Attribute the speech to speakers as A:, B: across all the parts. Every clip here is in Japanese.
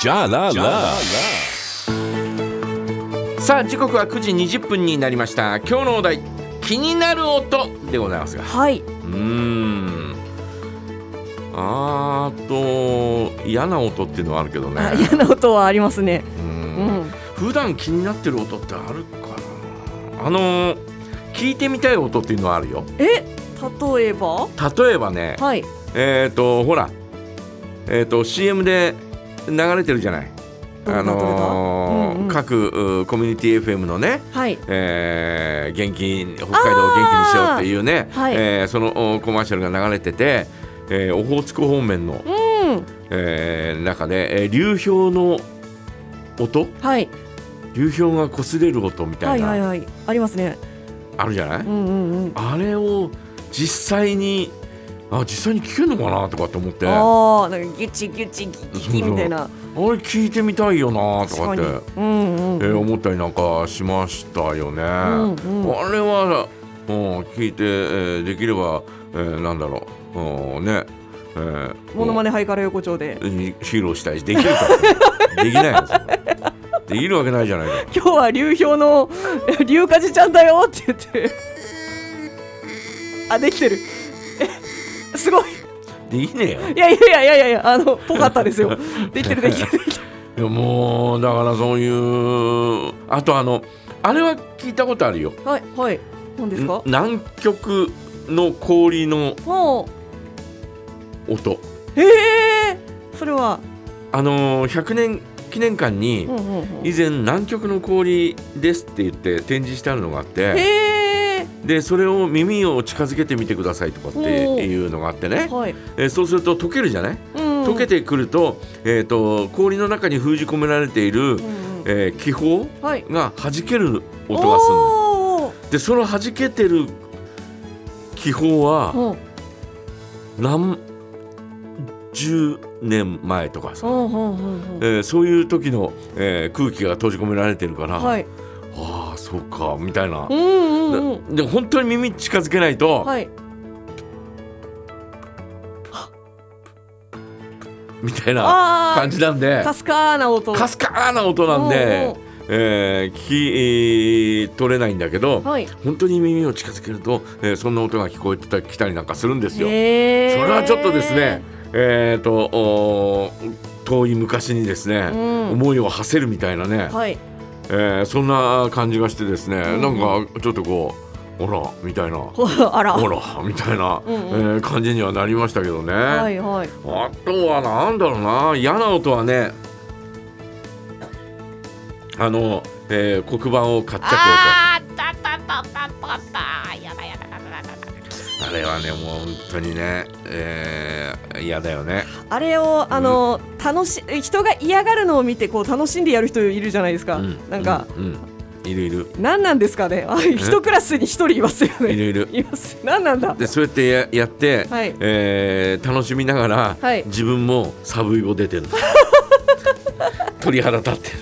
A: じゃらら
B: さあ時刻は9時20分になりました今日のお題気になる音でございますがう
C: はい。
B: ーんあーと嫌な音っていうのはあるけどね
C: あ嫌な音はありますね。
B: う
C: うんん。
B: 普段気になってる音ってあるかなあのー聞いてみたい音っていうのはあるよ
C: え、例えば。
B: 例えばね
C: はい。
B: えっ、とほらえっ、と CM で流れてるじゃない
C: どれだ
B: ー
C: どれだうんうん
B: 各うコミュニティ FM のね
C: はい。
B: えー元気に北海道を元気にしようっていうね、
C: はい
B: えーそのおコマーシャルが流れてて、えー、オホーツク方面の、
C: うん。
B: えー中で、えー流氷の音
C: はい。
B: 流氷が擦れる音みた
C: はいい
B: な、
C: はいはい。ありますね。
B: あるじゃない、
C: うんうんうん。
B: あれを実際にあ実際に聞けるのかなとかって思ってあ
C: ああ、なんかギュチギュチギュチギュチみたいな。
B: れ聞いてみたいよなと
C: 確
B: か
C: か
B: っ
C: に。
B: て、
C: うんうん。
B: えー思ったりなんかしましたよね。
C: うんうん。
B: あれは、うん、聞いて、えーできれば、えーなんだろう、うん、ね、えー
C: モノマネハイカラ横丁で。
B: うん披露したいし、できるか できないですよできるわけないじゃないか。
C: 今日は流氷の 流火寺ちゃんだよって言って。あ、できてる。え、すごい。
B: できねえよ。
C: いやいやいやいやいや、あの、ぽかったです よ。できてるできてる。
B: いやもうだからそういうあとあのあれは聞いたことあるよ。
C: はいはい。何ですか
B: ん？南極の氷の
C: も
B: 音。
C: うへえ。それは。
B: あのー100年記念館に
C: うんうんうん。
B: 以前南極の氷ですって言って展示してあるのがあって。
C: へえ。
B: でそれを耳を近づけてみてくださいとかっていうのがあってね、
C: はい。
B: えーそうすると溶けるじゃない、
C: うん。
B: 溶けて
C: て。
B: くると,、えー、と氷の中に封じ込められている、
C: うんうん。
B: えー気泡
C: はい。
B: が弾ける音がするの
C: お
B: でその弾けてる気泡は
C: お。うん
B: 何十年前とかさ、
C: うんうんうんうん。
B: えーそういう時の、えー空気が閉じ込められてるから、
C: はい。
B: ああそうかみたいな
C: う、んうんうん。
B: で本当に耳近づけないと、
C: はい。
B: みたいな
C: あ
B: 感じなんで
C: あ。かすかな音。
B: かすかな音なんで、えー聞き、えー取れないんだけど
C: うんうん。はい。
B: 本当に耳を近づけると、えーそんな音が聞こえてたきたりなんかするんですよ。
C: へえ。
B: それはちょっとですね。、えー、とおー遠い昔にです
C: う
B: ね、
C: ん。
B: 思いを馳せるみたいなね、
C: はい。
B: えーそんな感じがしてですね、
C: ん
B: なんかちょっとこう「ほら」みたいな「
C: ほらあら。
B: ほ
C: は
B: ら」みたいな、
C: うんうん
B: えー感じにはなりましたけどね。
C: いはい。
B: あとはなんだろうな嫌な音はねあの、えー黒板をかっちゃく音あ
D: あーたたたたたたやだやだやだやだ
B: れはねもう本当にねえー嫌、だよね
C: あれをあの楽し人が嫌がるのを見てこう楽しんでやる人いるじゃないですか。なんか。、
B: ううんいるいる
C: なんなんですかね。あ、一クラスに一人いますよ
B: い
C: ね。
B: るいる
C: います。なんなんだ。
B: でそうやってややって、
C: はい
B: えー楽しみながら、
C: はい
B: 自分もサブイボ出 てる鳥肌立ってる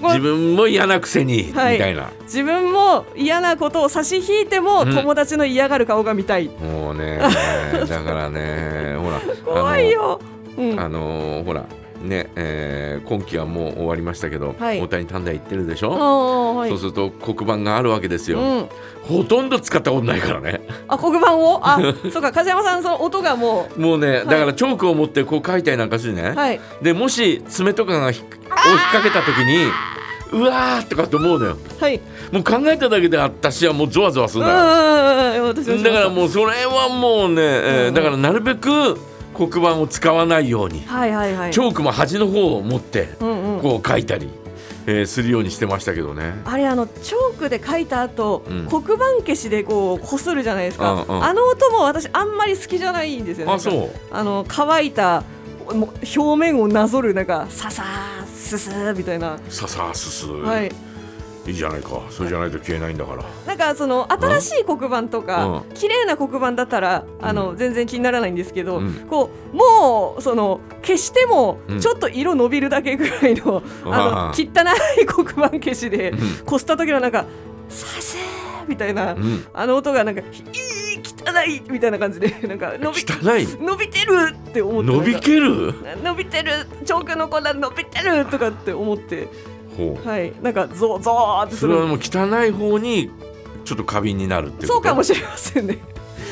C: もう
B: 自分も嫌なくせに、
C: はい
B: みたいな
C: 自分も嫌なことを差し引いても、
B: うん
C: 友達の嫌がる顔が見たい。
B: もう ねだからねほら
C: 怖いよ。うん。
B: あ
C: は
B: のーほらね、えー今期はもう終わりましたけど、
C: はい
B: 大谷短大行ってるでしょ、
C: は
B: そうすると黒板があるわけです
C: う
B: よ、
C: ん。
B: ほとんど使ったことないからね
C: あ、黒板を。 あ、そうか。梶山さんその音がも
B: もうねだからチョークを持ってこう書いたりなんかしてね、
C: う。はい。
B: でもし爪とかがひを引っ掛けた時にうわーとかって思うのよ
C: はい。
B: もう考えただけで私はもうゾワゾワす
C: う
B: る
C: ん
B: んだよ
C: うんうんうん。私もしました
B: だからもうそれはもうね、えー
C: うん
B: だからなるべく黒板を使わないように
C: はいはいはい
B: チ。ョークも端の方を持って
C: うんうん。
B: こう書いたり、えーするようにしてましたけどね。
C: あれあのチョークで書いた後、
B: うん
C: 黒板消しでこう擦るじゃないですか、
B: うんうん
C: あの音も私あんまり好きじゃないんですよね
B: あ、そう。
C: あの乾いたも表面をなぞるなんかささーすすーみたいな、
B: ささすす、
C: はい
B: い、、いじゃないか。それじゃないと消えないんだから。
C: なんかその新しい黒板とか
B: う
C: 綺麗な黒板だったらあ
B: う
C: の全然気にならないんですけど、
B: うん
C: こうもうその消しても
B: うん
C: ちょっと色伸びるだけぐらいの,、
B: あ
C: あの汚
B: ー
C: い黒板消しで
B: うん
C: こすった時のなんか「させー」みたいな、
B: うん。
C: あの音がなんか「ひいーきた汚いみたいな感じで なんか伸び
B: 汚い
C: 伸びてるって思って
B: 伸び
C: て
B: ける
C: 伸びてるチョークの粉伸びてるとかって思って
B: ほう
C: はいなんかゾーゾーってす
B: それは
C: る
B: もう汚い方にちょっと過敏になるっていうこと
C: そうかもしれませんね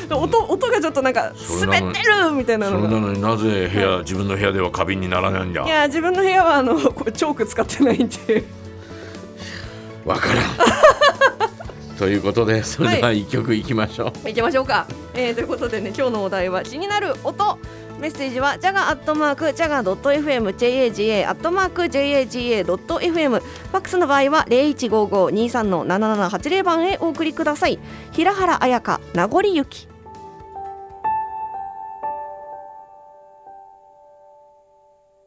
C: 音音がちょっとなんか
B: それ
C: 滑
B: なの
C: っ
B: に
C: てるみたいな
B: そ
C: の
B: れな
C: が
B: のになぜ部屋自分の部屋では過敏にならないん
C: い
B: だ
C: や自分の部屋はあのこれチョーク使ってないんで
B: わ からんということでそれでは一曲いきましょう、
C: 行きましょうか、えーということでね今日のお題は気になる音メッセージはジャガアットマークジャガドット FM JAGA アットマーク JAGA ドット FM ファックスの場合は零一五五二三の七七八零番へお送りください平原綾香名残ゆき